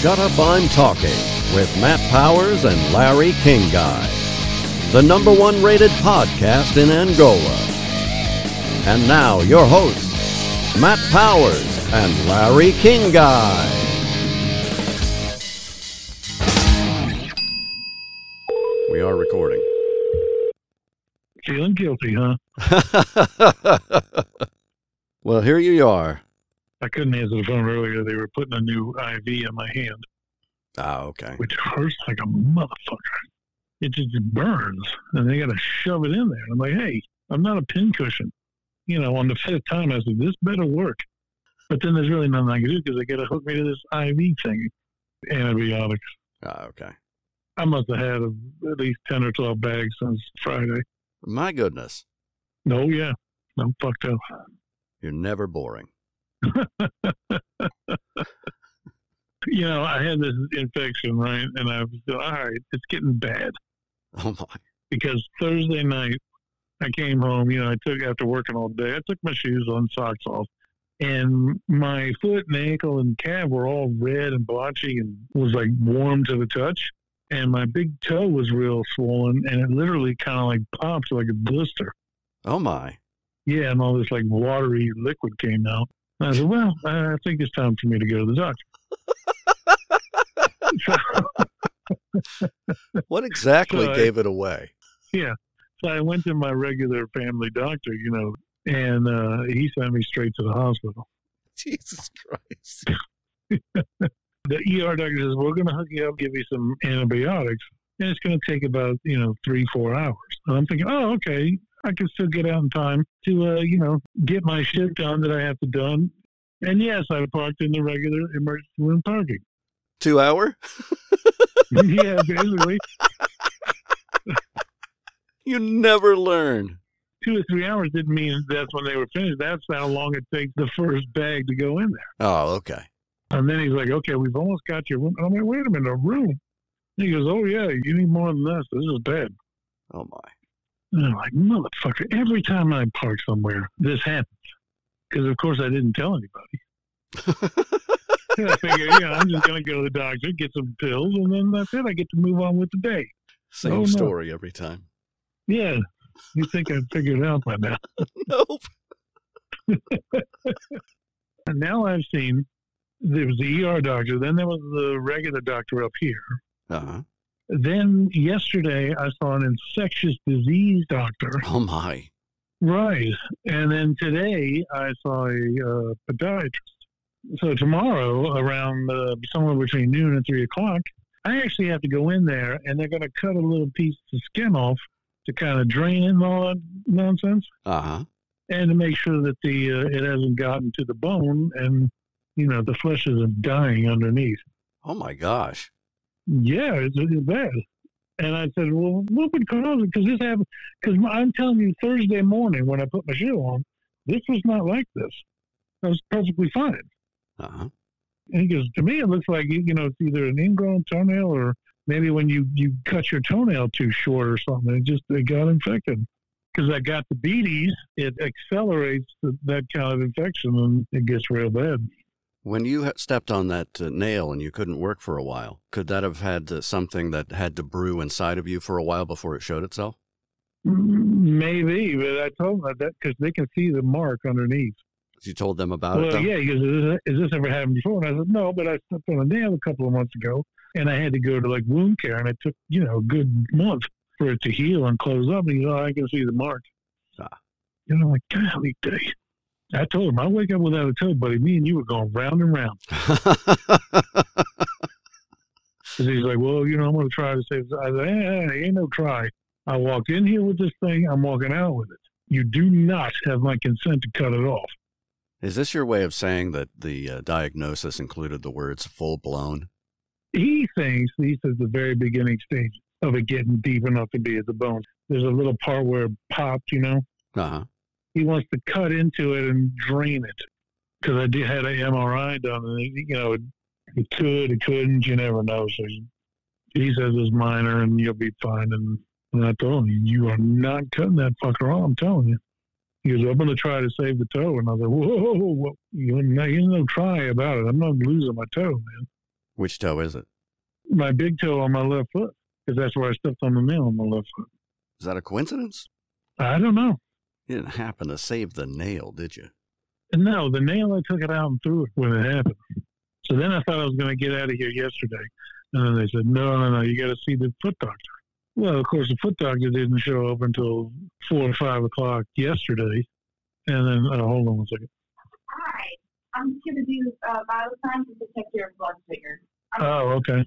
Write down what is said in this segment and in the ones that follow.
Shut Up I'm Talking with Matt Powers and Larry King Guy, the number one rated podcast in Angola. And now, your hosts, Matt Powers and Larry King Guy. We are recording. Feeling guilty, huh? well, here you are. I couldn't answer the phone earlier. They were putting a new IV in my hand, Ah, okay. which hurts like a motherfucker. It just burns, and they got to shove it in there. I'm like, hey, I'm not a pincushion. You know, on the fifth time, I said, this better work. But then there's really nothing I can do because they got to hook me to this IV thing, antibiotics. Ah, okay. I must have had at least 10 or 12 bags since Friday. My goodness, No, yeah, I'm fucked up. you're never boring. You know, I had this infection, right? And I was all right, it's getting bad. Oh my. because Thursday night I came home, you know, I took after working all day, I took my shoes on, socks off, and my foot and ankle and calf were all red and blotchy and was like warm to the touch. And my big toe was real swollen and it literally kind of like popped like a blister. Oh my. Yeah, and all this like watery liquid came out. And I said, well, I I think it's time for me to go to the doctor. What exactly So I- gave it away? So I went to my regular family doctor, you know, and uh, he sent me straight to the hospital. Jesus Christ. the ER doctor says, "We're going to hook you up, give you some antibiotics, and it's going to take about you know three four hours." And I'm thinking, "Oh, okay, I can still get out in time to uh, you know get my shit done that I have to done." And yes, I parked in the regular emergency room parking. Two hour? yeah, basically You never learn. two or three hours didn't mean that's when they were finished. That's how long it takes the first bag to go in there. Oh, okay. And then he's like, okay, we've almost got your room. And I'm like, wait a minute, a room? And he goes, oh, yeah, you need more than this. This is bad. Oh my. And I'm like, motherfucker, every time I park somewhere, this happens. Because, of course, I didn't tell anybody. And I figure, yeah, I'm just going to go to the doctor, get some pills, and then that's it. I get to move on with the day. Same Oh, no. story every time. Yeah. You think I'd figure it out by now. Nope. And now I've seen there was the ER doctor, then there was the regular doctor up here. Uh-huh. Then yesterday, I saw an infectious disease doctor. Oh my. Right. And then today I saw a uh, podiatrist. So tomorrow, around uh, somewhere between noon and three o'clock, I actually have to go in there and they're going to cut a little piece of skin off to kind of drain it and all that nonsense Uh-huh. and to make sure that the uh, it hasn't gotten to the bone and, you know, the flesh isn't dying underneath. Oh my gosh. Yeah, it's, it's bad. And I said, well, what would cause it? Because this happened. Because I'm telling you, Thursday morning when I put my shoe on, this was not like this. I was perfectly fine. Uh-huh. And he goes, to me, it looks like you know it's either an ingrown toenail or maybe when you you cut your toenail too short or something. It just it got infected. Because I got the beaties, it accelerates th that kind of infection and it gets real bad. When you ha- stepped on that uh, nail and you couldn't work for a while, could that have had uh, something that had to brew inside of you for a while before it showed itself? Maybe, but I told him that because they can see the mark underneath. You told them about it Well, though? yeah, he goes, is this, is this ever happened before? And I said, no, but I stepped on a nail a couple of months ago, and I had to go to like wound care, and it took you know a good month for it to heal and close up. And he's, oh, I can see the mark. Ah. And I'm like, golly day. I told him, I wake up without a toe, buddy. Me and you were going round and round. Because he's like, well, you know, I'm going to try to save. this." I said, eh, eh, ain't no try. I walked in here with this thing. I'm walking out with it. You do not have my consent to cut it off. Is this your way of saying that the uh, diagnosis included the words full blown? he thinks this is the very beginning stage of it getting deep enough to be at the bone. There's a little part where it popped, you know. Uh-huh. He wants to cut into it and drain it because I did had an MRI done, and it, you know, it, it could, it couldn't, you never know. So he- he says it's minor, and you'll be fine. And, and I told him, you are not cutting that fucker off. I'm telling you. He goes, I'm going to try to save the toe. And I was like, whoa, whoa, whoa. you know, you know, try about it. I'm not losing my toe, man. Which toe is it? My big toe on my left foot, because that's where I stepped on the nail on my left foot. Is that a coincidence? I don't know. You didn't happen to save the nail, did you? No, the nail, I took it out and threw it when it happened. So then I thought I was going to get out of here yesterday. And then they said, no, no, no, you got to see the foot doctor. Well, of course, the foot doctor didn't show up until four or five o'clock yesterday. And then, uh, hold on one second. Hi, I'm just gonna do uh, biosign to detect your blood sugar. I'm Oh, okay.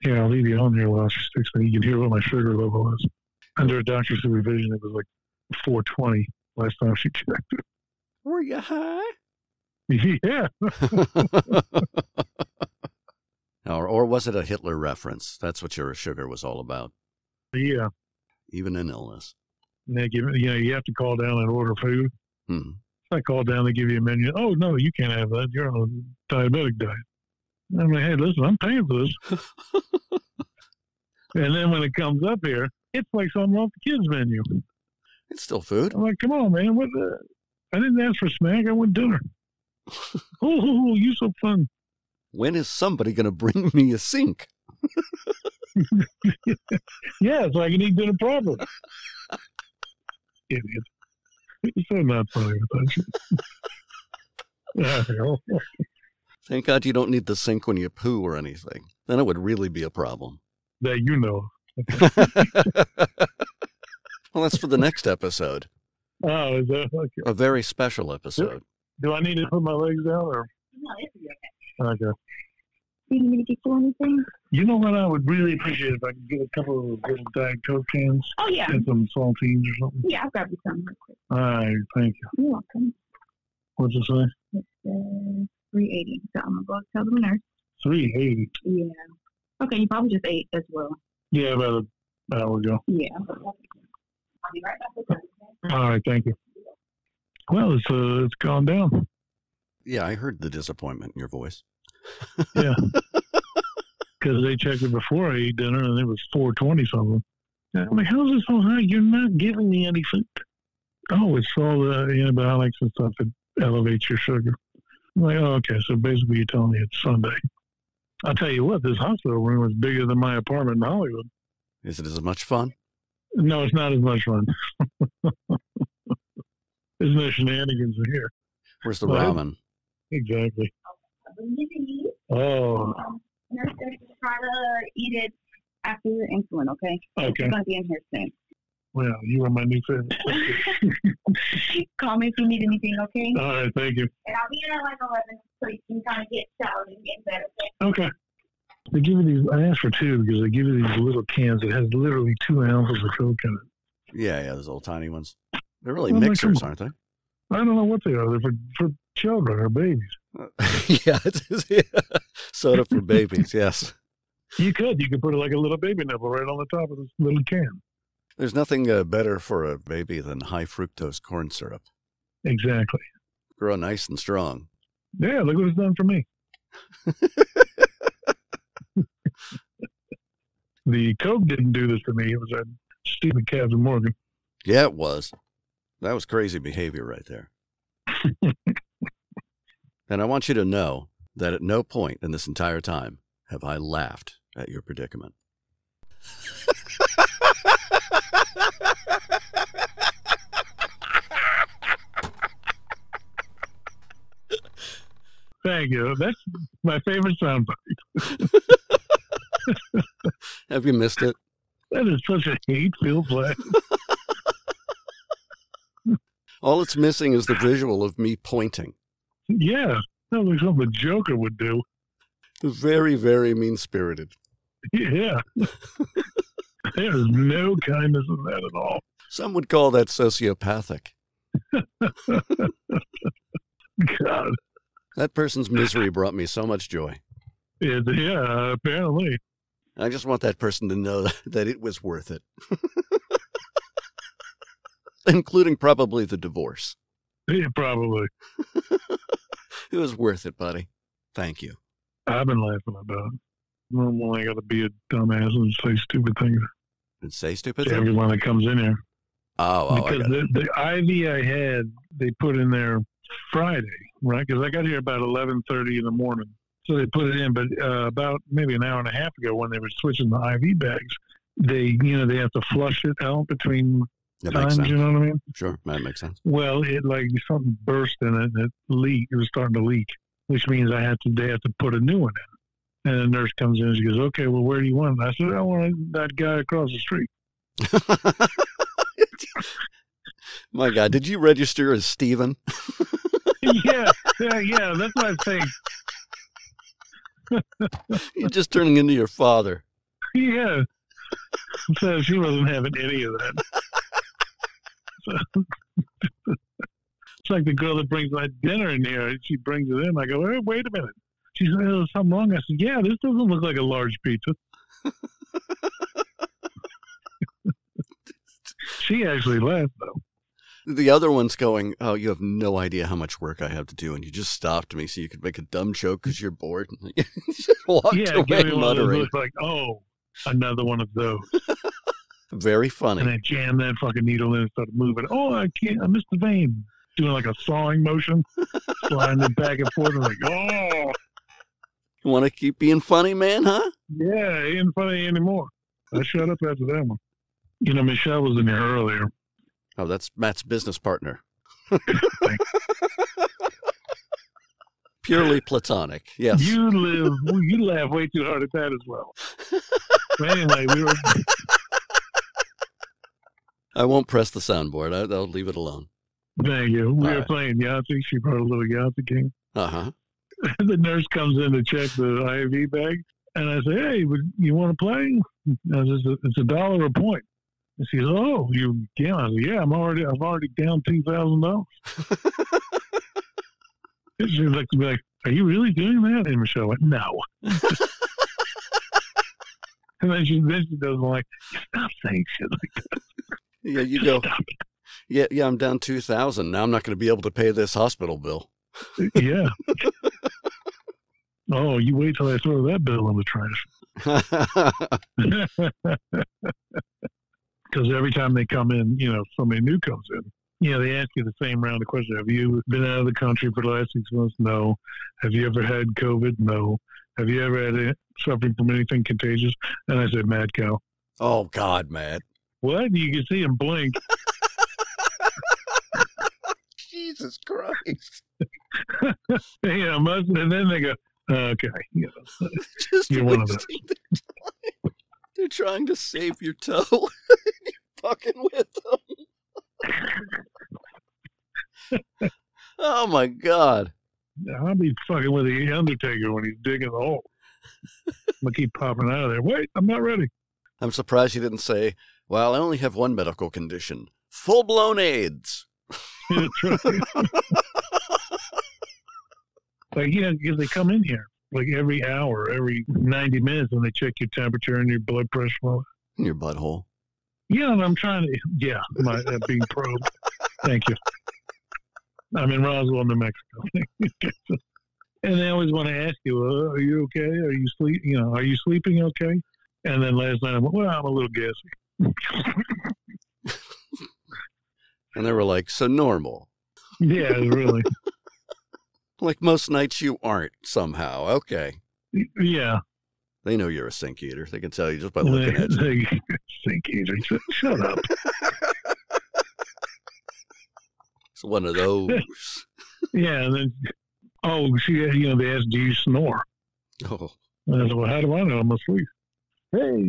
Here, I'll leave you on here while she sticks me. You can hear what my sugar level is. Under doctor supervision, it was like 420 last time she checked. Were you high? yeah. or, or was it a Hitler reference? That's what your sugar was all about, Yeah. even in illness. And they give, you know, you have to call down and order food. Hmm. So I call down, they give you a menu. Oh, no, you can't have that. You're on a diabetic diet. And I'm like, hey, listen, I'm paying for this. and then when it comes up here, it's like something off the kids' menu. It's still food. I'm like, come on, man. What the? I didn't ask for snack. I want dinner. oh, you so fun. When is somebody going to bring me a sink? Yeah, so I can eat dinner properly. Idiot. It's so not funny with that shit. Yeah. Thank God you don't need the sink when you poo or anything. Then it would really be a problem. that you know. Well, that's for the next episode, Oh, is that okay? a very special episode. Do I need to put my legs down or? No, it's okay. Okay. Do you need me to Google anything? You know what I would really appreciate if I could get a couple of little Diet Coke cans Oh yeah, and some saltines or something. yeah. I'll grab you some real quick. All right, thank you. You're welcome. What'd you say? It's uh, three eighty. So I'm gonna go tell the nurse. Three eighty. Yeah. Okay, you probably just ate as well. Yeah, about an hour ago. Yeah. I'll be right back with you. All right, thank you. Well, it's uh, it's gone down. Yeah, I heard the disappointment in your voice. Yeah, because they checked it before I ate dinner, and it was four twenty something. I'm like, how's it so high? You're not giving me any food. Oh, it's all the antibiotics and stuff that elevates your sugar. I'm like, oh, okay, so basically you're telling me it's Sunday. I'll tell you what, this hospital room was bigger than my apartment in Hollywood. Is it as much fun? No, it's not as much fun. There's no shenanigans in here. Where's the Well, ramen? Exactly. I believe in you. Oh, Um, Nurse, said to try to eat it after your insulin. Okay, okay. it's gonna be in here soon. Well, you are my new favorite. Call me if you need anything, okay? All right, thank you. And I'll be in at like 11 so you can kind of get showered and get better, okay? Okay. They give you these. I asked for two because they give you these little cans that has literally two ounces of coke in it. Yeah, yeah, those little tiny ones. They're really Oh, my mixers, God. aren't they? I don't know what they are. They're for, for children or babies. yeah, it is, yeah. soda for babies. Yes, You could. You could put like a little baby nipple right on the top of this little can. there's nothing uh, better for a baby than high fructose corn syrup. Exactly. Grow nice and strong. Yeah. Look what it's done for me. the coke didn't do this to me. It was that stupid Captain Morgan. Yeah, it was. That was crazy behavior right there. and I want you to know that at no point in this entire time have I laughed at your predicament. Thank you. That's my favorite sound bite. Have you missed it? That is such a hate-filled play. All it's missing is the visual of me pointing. Yeah, that looks like something the Joker would do. Very, very mean spirited. Yeah. There's no kindness in that at all. Some would call that sociopathic. God. That person's misery brought me so much joy. It, yeah, apparently. I just want that person to know that it was worth it, including probably the divorce. Yeah, probably. It was worth it, buddy. Thank you. I've been laughing about it. Normally, I got to be a dumbass and say stupid things And say to stupid. things. everyone that comes in here. Oh, oh, I because got it. the, the IV I had, they put in there Friday, right? Because I got here about eleven thirty in the morning, so they put it in. But uh, about maybe an hour and a half ago, when they were switching the IV bags, they you know they have to flush it out between That makes times. sense. You know what I mean? Sure, that makes sense. Well, it like something burst in it, and it leaked. It was starting to leak, which means I had to they had to put a new one in. And the nurse comes in and she goes, "Okay, well, where do you want it?" I said, "I want it- that guy across the street." My God, did you register as Steven? yeah, yeah, yeah. That's what I think. You're just turning into your father. Yeah. So she wasn't having any of that. So, it's like the girl that brings my dinner in here. and She brings it in. I go, hey, wait a minute. She said, oh, something wrong. I said, yeah, this doesn't look like a large pizza. she actually laughed, though. The other one's going, Oh, you have no idea how much work I have to do. And you just stopped me so you could make a dumb joke because you're bored. And you just walked yeah, away give me one of those muttering. looks like, oh, another one of those. Very funny. and I jammed that fucking needle in and started moving. Oh, I can't, I missed the vein. Doing like a sawing motion, sliding it back and forth. I'm like, oh, You want to keep being funny, man, huh? yeah, it ain't funny anymore. I shut up after that one. You know, Michelle was in here earlier. Oh, that's Matt's business partner. Purely platonic. Yes. You live, you laugh way too hard at that as well. But anyway, we were, I won't press the soundboard. I, I'll leave it alone. thank you. We All were right. playing Yahtzee. She brought a little Yahtzee game. Uh huh. the nurse comes in to check the IV bag, and I say, "Hey, would you want to play?" And I says, "It's a dollar a point." And she says, "Oh, you yeah?" I said, "Yeah, I'm already I've already down two thousand dollars." She looked at me like, "Are you really doing that?" And Michelle went, "No." and then she then she does like, "Stop saying shit like Yeah, you go. Stop Yeah, yeah. I'm down two thousand now. I'm not going to be able to pay this hospital bill. that." yeah. oh, you wait till I throw that bill in the trash. because every time they come in, you know, somebody new comes in. You know, they ask you the same round of questions. Have you been out of the country for the last six months? No. Have you ever had COVID? No. Have you ever had it, suffering from anything contagious? And I said, mad cow. oh God, Matt. What? And you can see him blink. Jesus Christ. you know, most, and then they go, okay. You know, Just You're one of them. wasting their time. They're trying to save your toe. You're fucking with them. oh my God. I'll be fucking with the Undertaker when he's digging the hole. I'm going to keep popping out of there. Wait, I'm not ready. I'm surprised you didn't say, "Well, I only have one medical condition: full-blown AIDS." That's right. like, you know, because they come in here like every hour, every 90 minutes, and they check your temperature and your blood pressure. Well, In your butthole. yeah, and I'm trying to, yeah, my, uh, being probed. Thank you. I'm in Roswell, New Mexico. and they always want to ask you, uh, are you okay? Are you sleep? You know, are you sleeping okay? And then last night, I went, well, I'm a little gassy. And they were like, "So normal." yeah, really. Like most nights you aren't somehow. Okay. Yeah. They know you're a sink eater. They can tell you just by looking at you. They- they- Sink eater. Shut- Shut up. It's one of those. Yeah, and then oh, she you know they asked, "Do you snore?" Oh, And I said, "Well, how do I know? I'm asleep." Hey,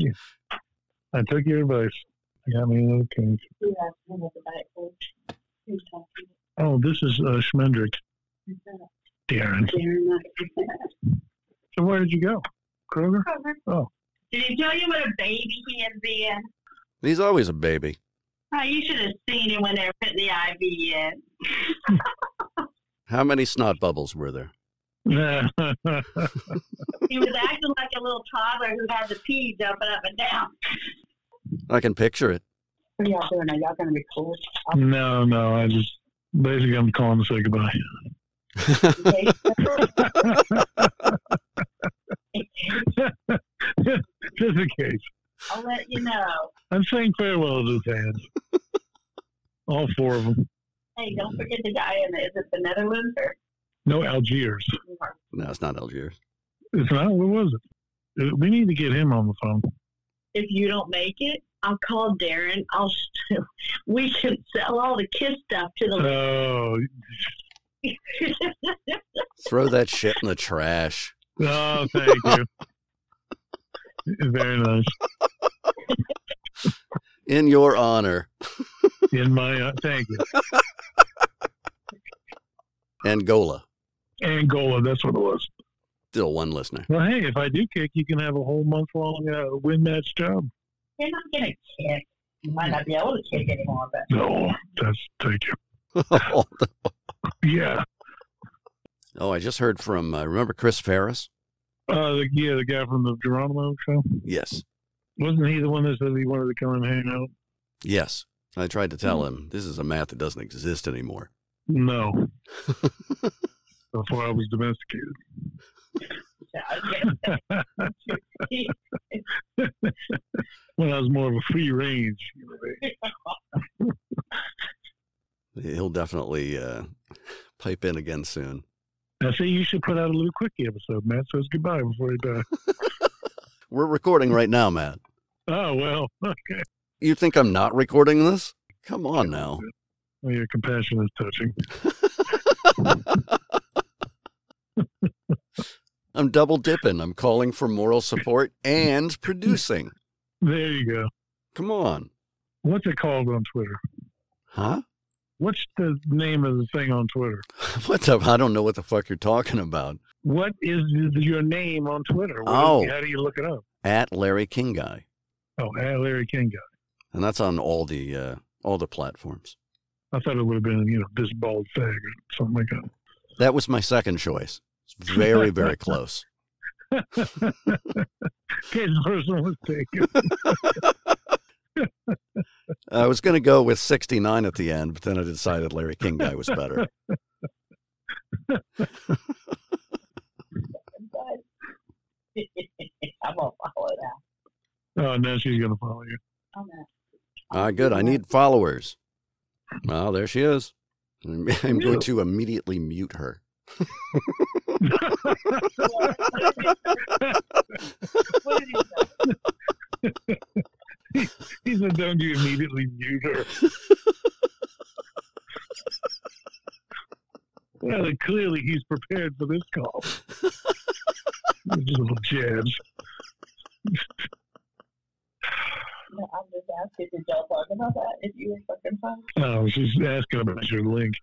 I took your advice. I got me another king. Yeah, I'm not the back porch. Who's talking? Oh, this is uh, Schmendrick, Is Darren. So where did you go, Kroger? Oh. Did he tell you what a baby he had been? he's always a baby. Oh, you should have seen him when they were putting the IV in. How many snot bubbles were there? Nah. He was acting like a little toddler who had the pee jumping up and down. I can picture it. What are y'all doing? Are y'all going to record? no, no, I just basically I'm calling to say goodbye. Just in case, I'll let you know. I'm saying farewell to the fans. all four of them. Hey, don't forget the guy in the, is it the Netherlands or? No Algiers. No, it's not Algiers. It's not. What was it? Uh, We need to get him on the phone. If you don't make it, I'll call Darren. I'll. s- We can sell all the kid stuff to the. Oh, Throw that shit in the trash. oh thank you. Very nice. In your honor. In my uh, thank you. Angola. Angola, that's what it was. Still one listener. Well, hey, if I do kick, you can have a whole month long uh, win match job. They're not gonna kick. You might not be able to kick anymore, but No, that's thank you. Yeah, oh, I just heard from, uh, remember Chris Ferris? uh, the, yeah, the guy from the Geronimo show. Yes. Wasn't he the one that said he wanted to come and hang out? Yes. I tried to tell him this is a math that doesn't exist anymore. No. Before I was domesticated. uh, yeah. When I was more of a free range. you know, He'll definitely uh, pipe in again soon. I say you should put out a little quickie episode, Matt. Says goodbye before he dies. We're recording right now, Matt. Oh well, okay. You think I'm not recording this? Come on now. Well, your compassion is touching. I'm double dipping. I'm calling for moral support and producing. There you go. Come on. What's it called on Twitter? Huh? What's the name of the thing on Twitter? What the? I don't know what the fuck you're talking about. What is your name on Twitter? What is- Oh. how do you look it up? At Larry King Guy. Oh, at Larry King guy. And that's on all the uh, all the platforms. I thought it would have been you know this bald fag or something like that. That was my second choice. It's very, very close. Okay, the person was taken. I was going to go with 69 at the end, but then I decided Larry King Guy was better. I won't follow it out. Oh, now she's gonna follow you. I'm not. Ah, good. I need followers. Well, there she is. I'm I'm going to immediately mute her. What did he say? He said, "Don't you immediately mute her." well, clearly he's prepared for this call. Just little jabs. No, I'm just asking, did y'all talk about that? If you were fucking fun, Oh, she's asking about your link.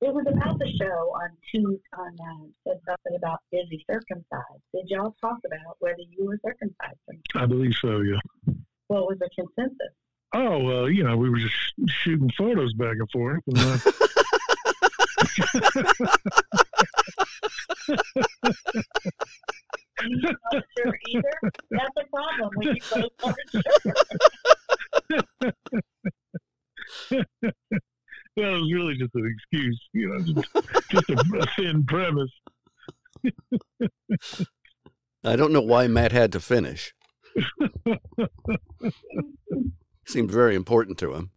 it was about the show on Tuesday. On uh, said something about is he circumcised? Did y'all talk about whether you were circumcised? Or not? I believe so. Yeah. What was the consensus? Oh well, you know, we were just sh- shooting photos back and forth. And, uh, And he's not sure either. That's a problem when you both aren't sure. well, it was really just an excuse, you know, just, just a, a thin premise. I don't know why Matt had to finish. Seemed very important to him.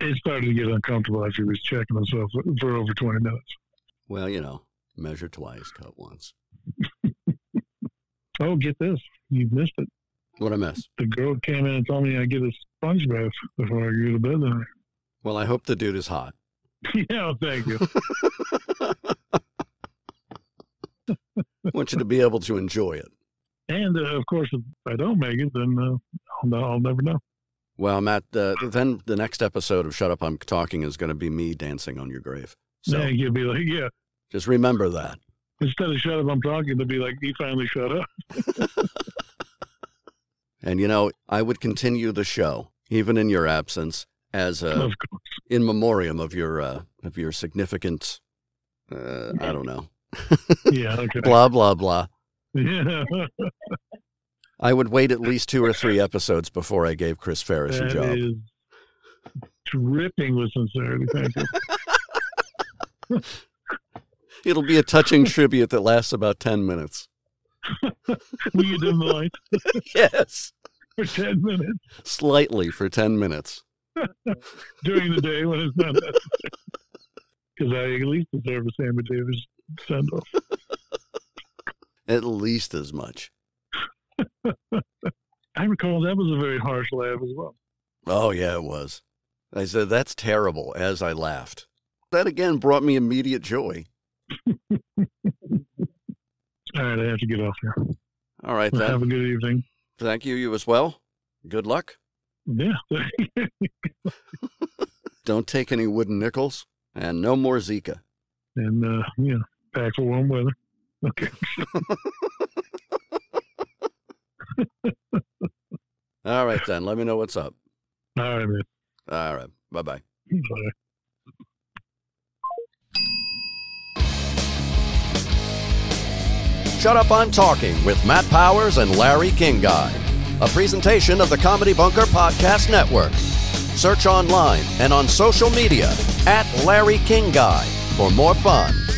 It started to get uncomfortable after he was checking himself for over twenty minutes. Well, you know, measure twice, cut once. Oh, get this, you missed it. What a mess. The girl came in and told me I get a sponge bath before I go to bed. Tonight. Well, I hope the dude is hot. yeah, thank you. want you to be able to enjoy it. and uh, of course, if I don't make it, then uh, I'll, I'll never know. Well, Matt, uh, then the next episode of Shut Up I'm Talking is going to be me dancing on your grave. So Yeah, you'll be like, yeah. just remember that. Instead of shut up, I'm talking. They'll be like, he finally shut up. And, you know, I would continue the show, even in your absence, as a, Of course. in memoriam of your uh, of your significant, uh, I don't know, Yeah. Okay. blah, blah, blah. Yeah, I would wait at least two or three episodes before I gave Chris Ferris a that job. is dripping with sincerity. Thank you. It'll be a touching tribute that lasts about 10 minutes. Will you dim the lights Yes. for ten minutes? Slightly for 10 minutes. during the day when it's not necessary. Because I at least deserve a Sammy Davis send off. At least as much. I recall that was a very harsh laugh as well. Oh, yeah, it was. I said, that's terrible as I laughed. That again brought me immediate joy. All right, I have to get off here. All right, Have then. a good evening. Thank you, you as well. Good luck. Yeah. Don't take any wooden nickels and no more Zika. and, uh, yeah, back for warm weather. Okay. All right, then. Let me know what's up. All right, man. All right. Bye bye. Bye. Shut Up I'm Talking with Matt Powers and Larry King Guy, a presentation of the Comedy Bunker Podcast Network. Search online and on social media at Larry King Guy for more fun.